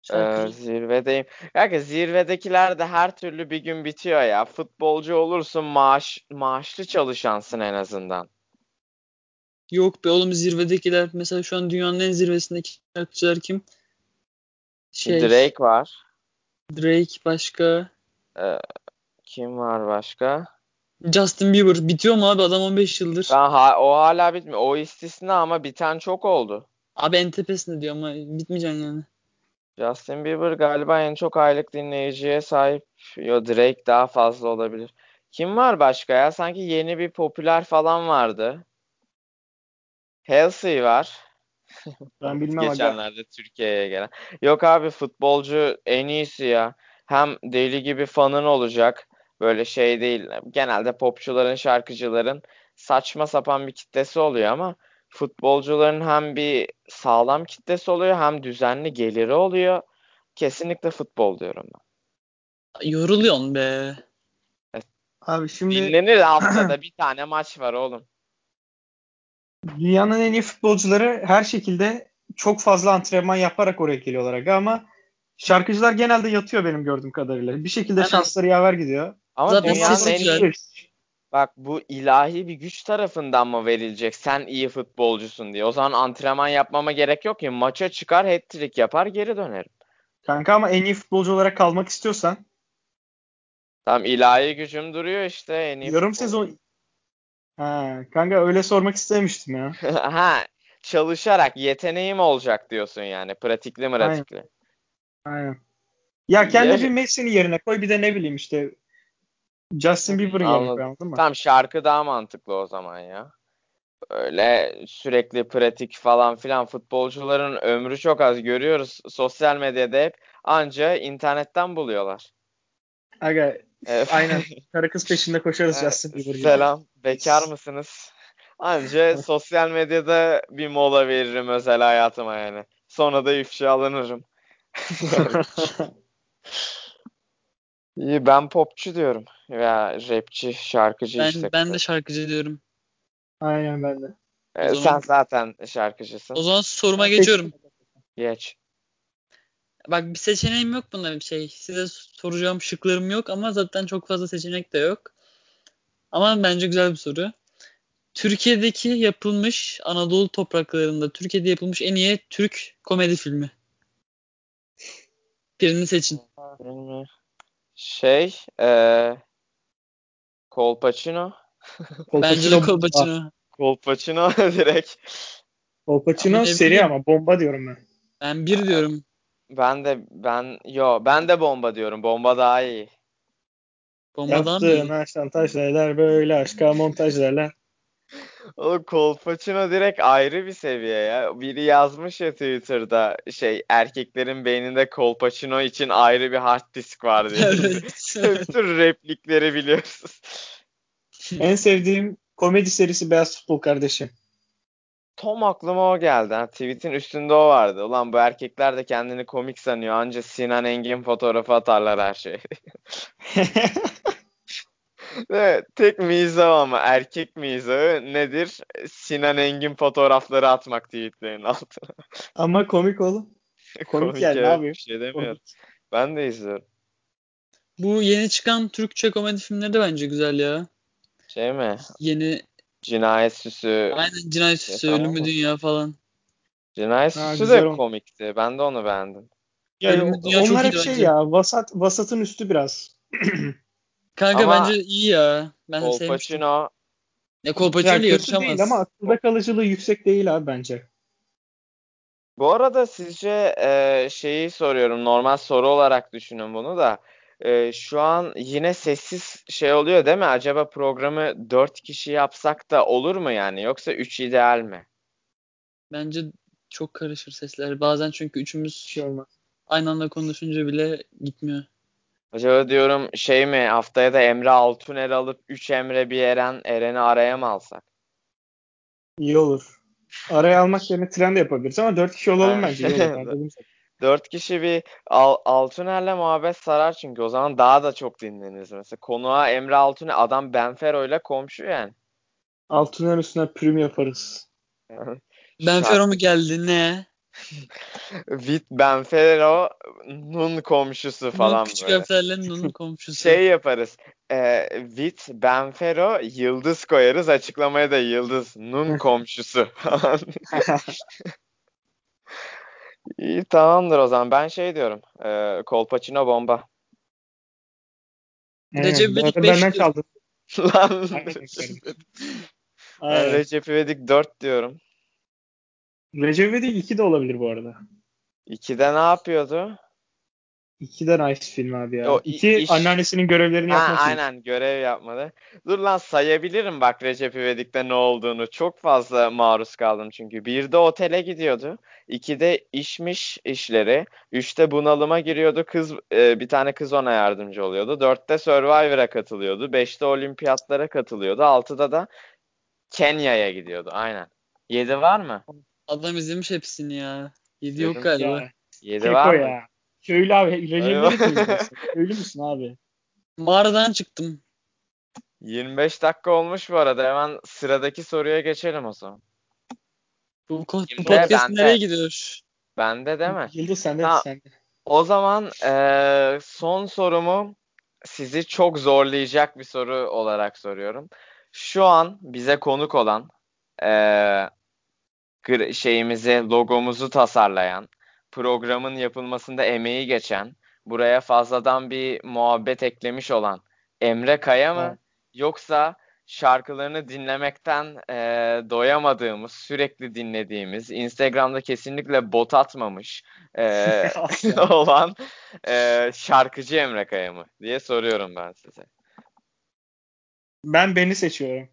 [SPEAKER 1] Ee,
[SPEAKER 2] Şarkıcı.
[SPEAKER 1] zirvedeyim. Kanka zirvedekiler de her türlü bir gün bitiyor ya. Futbolcu olursun maaş maaşlı çalışansın en azından.
[SPEAKER 2] Yok be oğlum zirvedekiler. Mesela şu an dünyanın en zirvesindeki şarkıcılar kim? Şey, Drake.
[SPEAKER 1] Drake var.
[SPEAKER 2] başka.
[SPEAKER 1] Ee, kim var başka?
[SPEAKER 2] Justin Bieber. Bitiyor mu abi? Adam 15 yıldır.
[SPEAKER 1] Ben ha- o hala bitmiyor. O istisna ama biten çok oldu.
[SPEAKER 2] Abi en tepesinde diyor ama bitmeyeceksin yani.
[SPEAKER 1] Justin Bieber galiba en çok aylık dinleyiciye sahip. Yo Drake daha fazla olabilir. Kim var başka ya? Sanki yeni bir popüler falan vardı. Halsey var.
[SPEAKER 3] Ben bilmem aga.
[SPEAKER 1] Geçenlerde Türkiye'ye gelen. Yok abi futbolcu en iyisi ya. Hem deli gibi fanın olacak. Böyle şey değil. Genelde popçuların, şarkıcıların saçma sapan bir kitlesi oluyor ama futbolcuların hem bir sağlam kitlesi oluyor hem düzenli geliri oluyor. Kesinlikle futbol diyorum ben.
[SPEAKER 2] Yoruluyorsun be.
[SPEAKER 3] Abi şimdi
[SPEAKER 1] Dinlenir haftada bir tane maç var oğlum.
[SPEAKER 3] dünyanın en iyi futbolcuları her şekilde çok fazla antrenman yaparak oraya geliyorlar aga ama şarkıcılar genelde yatıyor benim gördüğüm kadarıyla. Bir şekilde
[SPEAKER 2] Aynen.
[SPEAKER 3] şansları yaver gidiyor.
[SPEAKER 1] Ama
[SPEAKER 2] Zaten
[SPEAKER 1] dünyanın en
[SPEAKER 2] futbolcular-
[SPEAKER 1] iyi Bak bu ilahi bir güç tarafından mı verilecek sen iyi futbolcusun diye. O zaman antrenman yapmama gerek yok ki. Maça çıkar, hat-trick yapar, geri dönerim.
[SPEAKER 3] Kanka ama en iyi futbolcu olarak kalmak istiyorsan
[SPEAKER 1] Tamam ilahi gücüm duruyor işte en iyi
[SPEAKER 3] Yarım
[SPEAKER 1] futbol-
[SPEAKER 3] sezon Ha, kanka öyle sormak istemiştim ya.
[SPEAKER 1] (laughs) ha, çalışarak yeteneğim olacak diyorsun yani. Pratikli mıratikli.
[SPEAKER 3] Aynen. Ya kendi
[SPEAKER 1] Ya-
[SPEAKER 3] bir Messi'nin yerine koy bir de ne bileyim işte Justin Bieber'ın
[SPEAKER 1] Anladım.
[SPEAKER 3] yemek anladın mı?
[SPEAKER 1] Tam şarkı daha mantıklı o zaman ya. Öyle sürekli pratik falan filan futbolcuların ömrü çok az görüyoruz. Sosyal medyada hep anca internetten buluyorlar.
[SPEAKER 3] Aga
[SPEAKER 1] Ee, (laughs)
[SPEAKER 3] aynen karı kız peşinde koşarız
[SPEAKER 1] Ee,
[SPEAKER 3] Justin Bieber gibi.
[SPEAKER 1] Selam. Bekar mısınız? Anca sosyal medyada bir mola veririm özel hayatıma yani. Sonra da ifşalanırım. (laughs) İyi ben popçu diyorum. Ya rapçi, şarkıcı
[SPEAKER 2] Ben,
[SPEAKER 1] işte.
[SPEAKER 2] ben de şarkıcı diyorum.
[SPEAKER 3] Aynen ben de.
[SPEAKER 1] Ee,
[SPEAKER 2] o zaman-
[SPEAKER 1] Sen zaten şarkıcısın.
[SPEAKER 2] O zaman soruma geçiyorum.
[SPEAKER 1] Geç.
[SPEAKER 2] Bak bir seçeneğim yok bunda bir şey. Size soracağım şıklarım yok ama zaten çok fazla seçenek de yok. Ama bence güzel bir soru. Türkiye'deki yapılmış Anadolu topraklarında Türkiye'de yapılmış en iyi Türk komedi filmi. Birini seçin.
[SPEAKER 1] Filmi- Şey, eee Kolpaçino.
[SPEAKER 2] Bence de
[SPEAKER 3] Ah,
[SPEAKER 2] Kolpaçino.
[SPEAKER 1] Kolpaçino (laughs) direkt.
[SPEAKER 3] Kolpaçino
[SPEAKER 2] Ama ne
[SPEAKER 3] seri
[SPEAKER 2] bileyim.
[SPEAKER 3] ama bomba diyorum ben.
[SPEAKER 2] Ben bir diyorum.
[SPEAKER 1] Ben de ben yo ben de bomba diyorum. Bomba daha iyi.
[SPEAKER 2] Bombadan
[SPEAKER 3] Yaptığın (laughs)
[SPEAKER 2] mı?
[SPEAKER 3] aşktan taşlarlar böyle aşka montajlarlar.
[SPEAKER 1] O Kolpaçino direkt ayrı bir seviye ya. Biri yazmış ya Twitter'da şey erkeklerin beyninde Kolpaçino için ayrı bir hard disk var diye.
[SPEAKER 2] Evet. (laughs)
[SPEAKER 1] (laughs) Bütün replikleri biliyorsunuz.
[SPEAKER 3] en sevdiğim komedi serisi Beyaz Futbol kardeşim.
[SPEAKER 1] Tom aklıma o geldi. Ha, tweet'in üstünde o vardı. Ulan bu erkekler de kendini komik sanıyor. Anca Sinan Engin fotoğrafı atarlar her şey. Evet, tek mizahı ama erkek mizahı nedir? Sinan Engin fotoğrafları atmak tweetlerin altına.
[SPEAKER 3] Ama
[SPEAKER 1] (laughs)
[SPEAKER 3] komik oğlum. Komik yani, ne
[SPEAKER 1] evet, Bir
[SPEAKER 3] yapayım?
[SPEAKER 1] şey demiyorum. Ben de izliyorum.
[SPEAKER 2] Bu yeni çıkan Türkçe komedi filmleri de bence güzel ya.
[SPEAKER 1] Şey mi?
[SPEAKER 2] Yeni
[SPEAKER 1] Cinayet Süsü.
[SPEAKER 2] aynen cinayet süsü,
[SPEAKER 1] tamam
[SPEAKER 2] ölümü
[SPEAKER 1] mı?
[SPEAKER 2] dünya falan.
[SPEAKER 1] Cinayet
[SPEAKER 3] Ha,
[SPEAKER 1] Süsü
[SPEAKER 3] güzel
[SPEAKER 1] de
[SPEAKER 3] olmuş.
[SPEAKER 1] komikti. Ben de onu beğendim.
[SPEAKER 3] Yani
[SPEAKER 2] Benim
[SPEAKER 3] o-
[SPEAKER 2] dünya çok
[SPEAKER 3] onlar hep
[SPEAKER 2] iyi
[SPEAKER 3] şey
[SPEAKER 2] bence.
[SPEAKER 3] ya vasat vasatın üstü biraz.
[SPEAKER 2] Kanka
[SPEAKER 1] Ama-
[SPEAKER 2] bence iyi ya. Ben de sevmiştim.
[SPEAKER 1] Kolpaçino.
[SPEAKER 2] Ya
[SPEAKER 3] Ya
[SPEAKER 2] Kolpaçino'yla
[SPEAKER 3] kötü
[SPEAKER 2] yarışamaz.
[SPEAKER 3] değil ama akılda kalıcılığı yüksek değil abi bence.
[SPEAKER 1] Bu arada sizce e, şeyi soruyorum. Normal soru olarak düşünün bunu da. E, şu an yine sessiz şey oluyor değil mi? Acaba programı 4 kişi yapsak da olur mu yani? Yoksa 3 ideal mi?
[SPEAKER 2] Bence çok karışır sesler. Bazen çünkü üçümüz
[SPEAKER 3] Bir şey olmaz.
[SPEAKER 2] aynı anda konuşunca bile gitmiyor.
[SPEAKER 1] Acaba diyorum şey mi haftaya da Emre Altuner alıp 3 Emre bir Eren Eren'i araya mı alsak?
[SPEAKER 3] İyi olur. Araya almak yerine tren de yapabiliriz ama dört kişi olalım
[SPEAKER 1] Ha.
[SPEAKER 3] bence.
[SPEAKER 1] (laughs)
[SPEAKER 3] iyi olur. Ben dedim sana.
[SPEAKER 1] 4 kişi bir Al- Altuner'le muhabbet sarar çünkü o zaman daha da çok dinleniriz. Mesela konuğa Emre Altuner adam Benfero'yla komşu yani.
[SPEAKER 3] Altınların üstüne prim yaparız.
[SPEAKER 1] (laughs)
[SPEAKER 2] Ben
[SPEAKER 1] Şarkı-
[SPEAKER 2] Fero mu geldi ne?
[SPEAKER 1] Vit Benfero'nun komşusu
[SPEAKER 2] Falan
[SPEAKER 1] falan
[SPEAKER 2] küçük
[SPEAKER 1] böyle.
[SPEAKER 2] öfterlerin onun komşusu.
[SPEAKER 1] Şey yaparız. E, Vit Benfero yıldız koyarız açıklamaya da yıldız nun komşusu (laughs) falan. İyi tamamdır o zaman. Ben şey diyorum. E, Kolpaçino bomba. (laughs)
[SPEAKER 2] Recep
[SPEAKER 3] Aynen.
[SPEAKER 2] İvedik
[SPEAKER 3] Zaten
[SPEAKER 2] beş
[SPEAKER 3] benden
[SPEAKER 2] diyor.
[SPEAKER 3] çaldın.
[SPEAKER 1] Lan.
[SPEAKER 3] Aynen beklerim.
[SPEAKER 1] Ben
[SPEAKER 3] Aynen.
[SPEAKER 1] Recep İvedik 4 diyorum.
[SPEAKER 3] Recep İvedik 2 de olabilir bu arada.
[SPEAKER 1] 2'de ne yapıyordu?
[SPEAKER 3] 2 de nice film abi ya.
[SPEAKER 1] O i-
[SPEAKER 3] 2
[SPEAKER 1] iş-
[SPEAKER 3] anneannesinin görevlerini
[SPEAKER 1] Ha,
[SPEAKER 3] yapması.
[SPEAKER 1] aynen görev yapmadı. Dur lan sayabilirim bak Recep İvedik'te ne olduğunu. Çok fazla maruz kaldım çünkü. Bir de otele gidiyordu. İkide işmiş işleri. Üçte bunalıma giriyordu. Kız e, bir tane kız ona yardımcı oluyordu. Dörtte Survivor'a katılıyordu. Beşte olimpiyatlara katılıyordu. Altıda da Kenya'ya gidiyordu. Aynen. Yedi var mı?
[SPEAKER 2] Adam izlemiş hepsini ya. Yedi
[SPEAKER 1] Dedim
[SPEAKER 2] yok galiba.
[SPEAKER 3] Ya,
[SPEAKER 1] Yedi
[SPEAKER 3] Keko
[SPEAKER 1] var mı?
[SPEAKER 3] ya. Köylü abi. Recep
[SPEAKER 1] Eyvah.
[SPEAKER 3] İvedik mi izliyorsun? Köylü müsün abi?
[SPEAKER 2] Mağaradan çıktım.
[SPEAKER 1] 25 dakika olmuş bu arada. Hemen sıradaki soruya geçelim o zaman.
[SPEAKER 2] Bu, ko- bu
[SPEAKER 1] Kimde?
[SPEAKER 2] podcast
[SPEAKER 1] Bende.
[SPEAKER 2] nereye gidiyor?
[SPEAKER 1] Bende değil mi?
[SPEAKER 3] Yıldız sende
[SPEAKER 1] Ha.
[SPEAKER 3] sende.
[SPEAKER 1] O zaman eee, son sorumu sizi çok zorlayacak bir soru olarak soruyorum. Şu an bize konuk olan eee, gr- şeyimizi, logomuzu tasarlayan, programın yapılmasında emeği geçen, buraya fazladan bir muhabbet eklemiş olan Emre Kaya mı?
[SPEAKER 3] Evet.
[SPEAKER 1] Yoksa şarkılarını dinlemekten eee, doyamadığımız, sürekli dinlediğimiz, Instagram'da kesinlikle bot atmamış
[SPEAKER 3] (laughs)
[SPEAKER 1] eee, (laughs) olan eee, şarkıcı Emre Kaya mı diye soruyorum ben size.
[SPEAKER 3] Ben beni seçiyorum.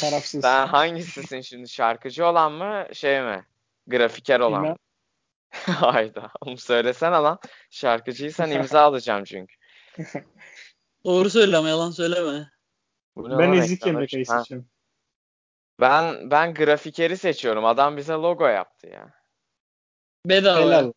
[SPEAKER 3] Tarafsız. (laughs)
[SPEAKER 1] Sen hangisisin şimdi? Şarkıcı olan mı? Şey mi? Grafiker olan mı?
[SPEAKER 3] Bilmem.
[SPEAKER 1] (laughs) Hayda. Oğlum söylesene lan. Şarkıcıysan
[SPEAKER 3] (laughs)
[SPEAKER 1] imza alacağım çünkü.
[SPEAKER 2] Doğru söyle ama yalan söyleme.
[SPEAKER 1] Bu ne
[SPEAKER 3] Ben
[SPEAKER 1] lan
[SPEAKER 3] ezik
[SPEAKER 1] ekrana
[SPEAKER 3] yemekleri
[SPEAKER 1] çıkan?
[SPEAKER 3] seçiyorum.
[SPEAKER 1] Ben ben grafikeri seçiyorum. Adam bize logo yaptı ya.
[SPEAKER 2] Bedava.
[SPEAKER 3] Helal.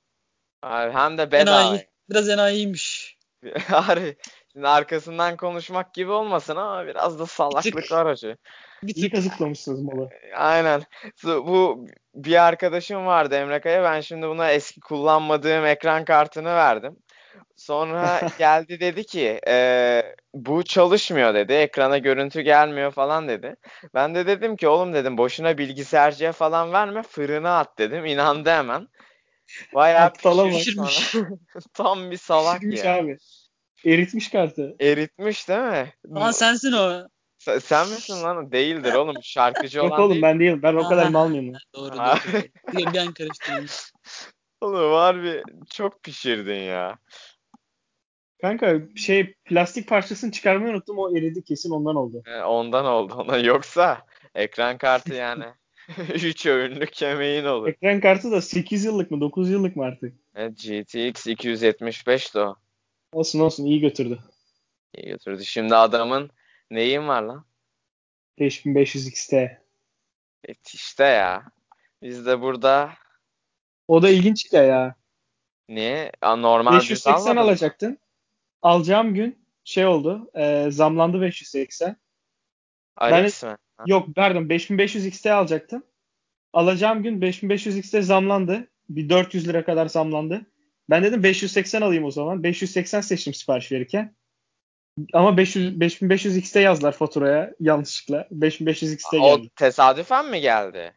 [SPEAKER 1] Abi hem de bedava. (laughs)
[SPEAKER 2] Enayi. Biraz enayiymiş.
[SPEAKER 1] Harbi. Şimdi arkasından konuşmak gibi olmasın ama biraz da salaklık var hocam.
[SPEAKER 2] Bir
[SPEAKER 3] İyi
[SPEAKER 2] tık
[SPEAKER 3] kazıklamışsınız mola.
[SPEAKER 1] Aynen. So, Bu bir arkadaşım vardı Emre Kaya. Ben şimdi buna eski kullanmadığım ekran kartını verdim.
[SPEAKER 3] (laughs)
[SPEAKER 1] Sonra geldi dedi ki "Ee, bu çalışmıyor dedi. Ekrana görüntü gelmiyor falan dedi. Ben de dedim ki oğlum dedim boşuna bilgisayarcıya falan verme fırına at dedim. İnandı hemen. Bayağı
[SPEAKER 3] Aptala bak.
[SPEAKER 1] pişmiş sonra.
[SPEAKER 3] (laughs)
[SPEAKER 2] pişirmiş.
[SPEAKER 1] (laughs) Tam bir salak
[SPEAKER 3] Pişirmiş
[SPEAKER 1] ya.
[SPEAKER 3] abi. Eritmiş kartı.
[SPEAKER 1] Eritmiş değil mi?
[SPEAKER 2] Lan sensin o.
[SPEAKER 1] Sen, sen misin lan? Değildir oğlum. Şarkıcı
[SPEAKER 3] Yok
[SPEAKER 1] olan
[SPEAKER 3] oğlum
[SPEAKER 1] değil.
[SPEAKER 3] ben değilim. Ben o kadar
[SPEAKER 2] Aha.
[SPEAKER 3] mal mıyım?
[SPEAKER 2] Doğru
[SPEAKER 1] Ha.
[SPEAKER 2] doğru. doğru. Bir, bir an karıştırmış.
[SPEAKER 1] Oğlum harbi çok pişirdin ya.
[SPEAKER 3] Kanka şey plastik parçasını çıkarmayı unuttum. O eridi kesin ondan oldu.
[SPEAKER 1] E, Ondan oldu (laughs) ona. Yoksa ekran kartı yani. (laughs) 3 öğünlük yemeğin olur.
[SPEAKER 3] Ekran kartı da 8 yıllık mı 9 yıllık mı artık?
[SPEAKER 1] E, GTX 275 de o.
[SPEAKER 3] Olsun olsun iyi götürdü.
[SPEAKER 1] İyi götürdü. Şimdi adamın neyin var lan?
[SPEAKER 3] 5500 XT.
[SPEAKER 1] E, işte ya. Biz de burada
[SPEAKER 3] O da ilginç ya ya.
[SPEAKER 1] niye? Aa, normal düz
[SPEAKER 3] 580
[SPEAKER 1] almadın.
[SPEAKER 3] alacaktın. Alacağım gün şey oldu. e, zamlandı 580.
[SPEAKER 1] Alex mi? Ha.
[SPEAKER 3] Yok pardon 5500 XT alacaktım. Alacağım gün 5500 XT zamlandı. Bir 400 lira kadar zamlandı. Ben dedim 580 alayım o zaman. 580 seçtim sipariş verirken. Ama 500, 5500 XT yazdılar faturaya yanlışlıkla. 5500 XT
[SPEAKER 1] O
[SPEAKER 3] geldi.
[SPEAKER 1] tesadüfen mi geldi?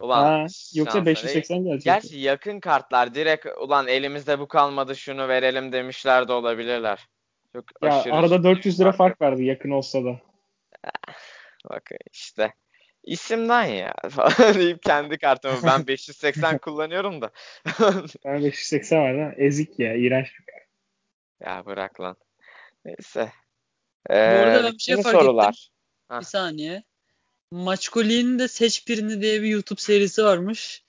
[SPEAKER 1] Ulan
[SPEAKER 3] Ha,
[SPEAKER 1] şansa
[SPEAKER 3] yoksa
[SPEAKER 1] değil.
[SPEAKER 3] 580 gelecekti.
[SPEAKER 1] Gerçi yakın kartlar direkt ulan elimizde bu kalmadı şunu verelim demişler de olabilirler. Çok
[SPEAKER 3] Ya
[SPEAKER 1] aşırı
[SPEAKER 3] arada
[SPEAKER 1] ciddi
[SPEAKER 3] 400 lira
[SPEAKER 1] bir
[SPEAKER 3] fark vardı yakın olsa da.
[SPEAKER 1] Bak işte isimden ya (laughs) falan deyip kendi kartımı
[SPEAKER 2] (laughs)
[SPEAKER 1] ben 580 kullanıyorum da. (laughs)
[SPEAKER 3] Ben 580 vardı. ha. Ezik ya, iğrenç.
[SPEAKER 1] Ya bırak lan. Neyse.
[SPEAKER 2] arada
[SPEAKER 1] Ee,
[SPEAKER 2] ben bir şey
[SPEAKER 1] yeni
[SPEAKER 2] fark ettim.
[SPEAKER 1] sorular. Ha.
[SPEAKER 2] Bir saniye. Maçkoli'nin de Seç Birini diye bir YouTube serisi varmış.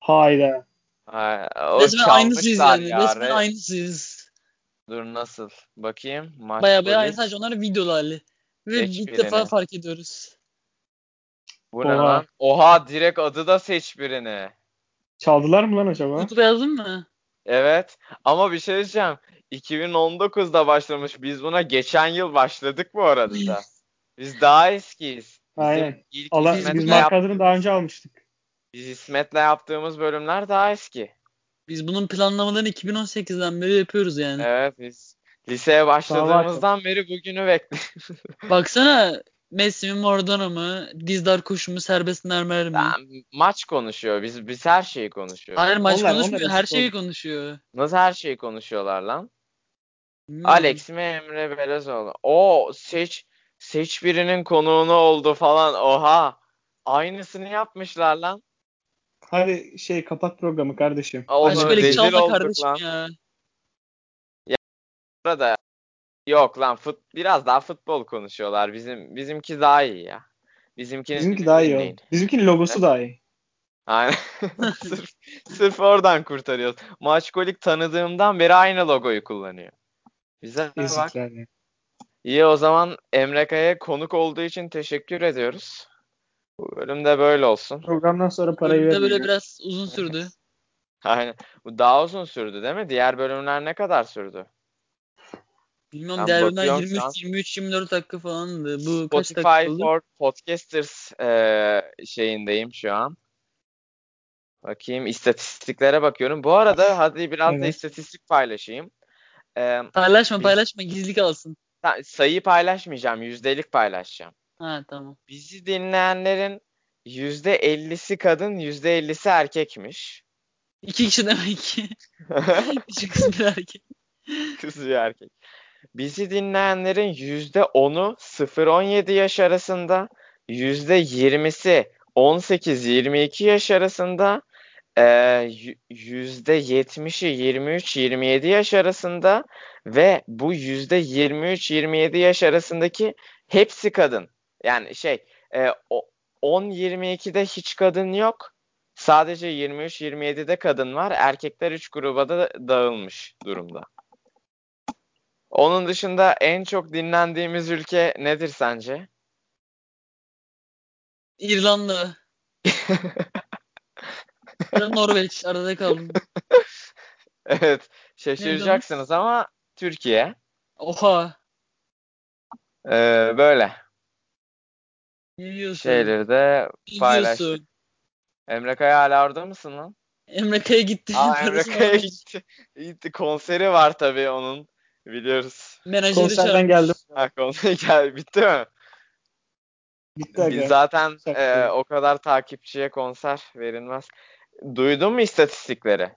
[SPEAKER 3] Hayda.
[SPEAKER 1] Ha, o
[SPEAKER 2] Resmen aynısıyız
[SPEAKER 1] çalmışlar
[SPEAKER 2] yani.
[SPEAKER 1] ya.
[SPEAKER 2] Resmen
[SPEAKER 1] Re-
[SPEAKER 2] aynısıyız.
[SPEAKER 1] Dur nasıl? Bakayım. Maç
[SPEAKER 2] Baya baya
[SPEAKER 1] golü.
[SPEAKER 2] aynı sadece onların videolu hali. Ve
[SPEAKER 1] Seç
[SPEAKER 2] ilk defa
[SPEAKER 1] Birini.
[SPEAKER 2] fark ediyoruz.
[SPEAKER 1] Bu ne
[SPEAKER 3] Oha.
[SPEAKER 1] lan? Oha direkt adı da seç birini.
[SPEAKER 3] Çaldılar mı lan acaba?
[SPEAKER 2] YouTube'a yazdın mı?
[SPEAKER 1] Evet ama bir şey diyeceğim. 2019'da başlamış. Biz buna geçen yıl başladık bu arada da. Biz daha eskiyiz. Bizim
[SPEAKER 3] Aynen.
[SPEAKER 1] ilk
[SPEAKER 3] Allah,
[SPEAKER 2] Biz
[SPEAKER 1] İsmet'le
[SPEAKER 3] biz
[SPEAKER 2] bunu
[SPEAKER 3] marka
[SPEAKER 1] yaptığımız-
[SPEAKER 3] adını daha önce almıştık.
[SPEAKER 1] Biz İsmet'le yaptığımız bölümler daha eski.
[SPEAKER 2] (clears throat) Biz bunun planlamalarını 2018'den beri yapıyoruz yani.
[SPEAKER 1] Evet biz liseye başladığımızdan beri bugünü bekliyoruz.
[SPEAKER 2] Baksana Messi mi Maradona mı? Dizdar koşu mu? Serbest mermer mi?
[SPEAKER 1] Ben- maç konuşuyor. Biz biz her şeyi konuşuyoruz.
[SPEAKER 2] Hayır maç
[SPEAKER 3] Onlar- onlar
[SPEAKER 2] konuşmuyor.
[SPEAKER 3] da
[SPEAKER 2] her
[SPEAKER 3] futbol.
[SPEAKER 2] şeyi konuşuyor.
[SPEAKER 1] Nasıl her şeyi konuşuyorlar lan?
[SPEAKER 2] Bilmiyorum.
[SPEAKER 1] Alex mi Emre Belezoğlu? O seç seç birinin konuğunu oldu falan. Oha. Aynısını yapmışlar lan.
[SPEAKER 3] Hadi şey kapat programı kardeşim.
[SPEAKER 1] Oğlum
[SPEAKER 2] Başka böyle
[SPEAKER 1] rezil
[SPEAKER 2] çalma
[SPEAKER 1] olduk
[SPEAKER 2] kardeşim
[SPEAKER 1] lan.
[SPEAKER 2] ya.
[SPEAKER 1] Burada yok lan fut, biraz daha futbol konuşuyorlar. Bizim bizimki daha iyi ya. Bizimkini
[SPEAKER 3] Bizimki daha iyi
[SPEAKER 1] dinleyin.
[SPEAKER 3] oldu. Bizimkinin logosu daha iyi.
[SPEAKER 2] (laughs)
[SPEAKER 1] Aynen. (laughs) sırf, sırf oradan kurtarıyoruz. Maçkolik tanıdığımdan beri aynı logoyu kullanıyor. Güzel bak.
[SPEAKER 3] Ezikler ya.
[SPEAKER 1] İyi o zaman Emre Kaya'ya konuk olduğu için teşekkür ediyoruz. Bu bölüm de böyle olsun. (laughs)
[SPEAKER 3] Programdan sonra parayı
[SPEAKER 2] Bölümde böyle
[SPEAKER 3] vermiyor.
[SPEAKER 2] biraz uzun sürdü.
[SPEAKER 1] Aynen. Bu daha uzun sürdü değil mi? Diğer bölümler ne kadar sürdü? Ben
[SPEAKER 2] Bilmiyorum diğer bölümler
[SPEAKER 1] bakıyorum
[SPEAKER 2] 23,
[SPEAKER 1] şu an.
[SPEAKER 2] 23, 24 dakika falandı. Bu kaç
[SPEAKER 1] Spotify
[SPEAKER 2] dakika oldu?
[SPEAKER 1] for Podcasters eee, şeyindeyim şu an. Bakayım istatistiklere bakıyorum. Bu arada hadi biraz da
[SPEAKER 3] Evet.
[SPEAKER 1] istatistik paylaşayım. Eee,
[SPEAKER 2] Paylaşma paylaşma gizli kalsın.
[SPEAKER 1] ta- sayıyı paylaşmayacağım, yüzdelik paylaşacağım.
[SPEAKER 2] Ha tamam.
[SPEAKER 1] Bizi dinleyenlerin %50'si kadın, %50'si erkekmiş. (laughs)
[SPEAKER 2] İki kişi demek ki. (laughs) İki kız bir erkek.
[SPEAKER 1] (laughs) Kız bir erkek. Bizi dinleyenlerin %10'u 0-17 yaş arasında, %20'si 18-22 yaş arasında, eee, yü- %70'i 23-27 yaş arasında ve bu %23-27 yaş arasındaki hepsi kadın. Yani şey e, o- 10-22'de hiç kadın yok. Sadece 23-27'de kadın var. Erkekler 3 gruba da dağılmış durumda. Onun dışında en çok dinlendiğimiz ülke nedir sence? (laughs) (laughs)
[SPEAKER 2] İrlanda. Ya Norveç arada kaldım.
[SPEAKER 1] Evet, şaşıracaksınız ama Türkiye.
[SPEAKER 2] Oha.
[SPEAKER 1] Ee, böyle
[SPEAKER 2] Ne diyorsun?
[SPEAKER 1] şeyleri de
[SPEAKER 2] Ne
[SPEAKER 1] paylaştık.
[SPEAKER 2] diyorsun?
[SPEAKER 1] Emre Kaya hala orada mısın
[SPEAKER 3] (laughs)
[SPEAKER 1] lan?
[SPEAKER 2] Emre Kaya gitti. (laughs)
[SPEAKER 1] Aa Emre
[SPEAKER 2] Parası
[SPEAKER 1] Kaya
[SPEAKER 2] varmış.
[SPEAKER 1] gitti. Gitti. Konseri var tabii onun. Biliyoruz.
[SPEAKER 2] Menajeri
[SPEAKER 3] Konserden
[SPEAKER 2] çağırmış.
[SPEAKER 3] geldim.
[SPEAKER 1] Ha konser (laughs) gel bitti mi?
[SPEAKER 3] Bitti aga.
[SPEAKER 1] Biz zaten
[SPEAKER 3] Şaka
[SPEAKER 1] e,
[SPEAKER 3] değil.
[SPEAKER 1] o kadar takipçiye konser verilmez. Duydun mu istatistikleri?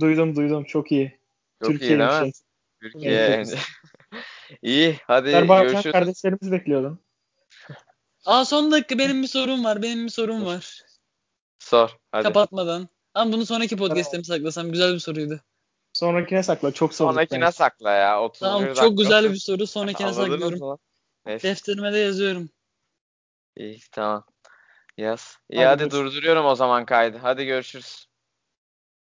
[SPEAKER 3] Duydum duydum çok iyi.
[SPEAKER 1] Çok iyi
[SPEAKER 3] Türkiye'nin
[SPEAKER 1] değil mi?
[SPEAKER 3] şey.
[SPEAKER 1] Türkiye. (laughs)
[SPEAKER 3] Evet.
[SPEAKER 1] iyi hadi
[SPEAKER 3] Berbatyan
[SPEAKER 1] görüşürüz.
[SPEAKER 3] kardeşlerimizi bekliyordum.
[SPEAKER 2] Aa son dakika benim bir sorum var. Benim bir sorum var.
[SPEAKER 1] Sor hadi.
[SPEAKER 2] Kapatmadan. Ama bunu sonraki podcast'te mi saklasam? Güzel bir soruydu.
[SPEAKER 3] Sonrakine sakla çok sorduk.
[SPEAKER 1] Sonrakine
[SPEAKER 3] bence.
[SPEAKER 1] sakla ya. 31
[SPEAKER 2] Tamam çok
[SPEAKER 1] dakika.
[SPEAKER 2] güzel bir soru. Sonrakine
[SPEAKER 1] Anladınız
[SPEAKER 2] saklıyorum.
[SPEAKER 1] mı lan? Neyse.
[SPEAKER 2] Defterime de yazıyorum.
[SPEAKER 1] İyi tamam. Yaz. İyi
[SPEAKER 3] Hadi
[SPEAKER 1] hadi
[SPEAKER 3] görüşürüz.
[SPEAKER 1] durduruyorum o zaman kaydı. Hadi görüşürüz.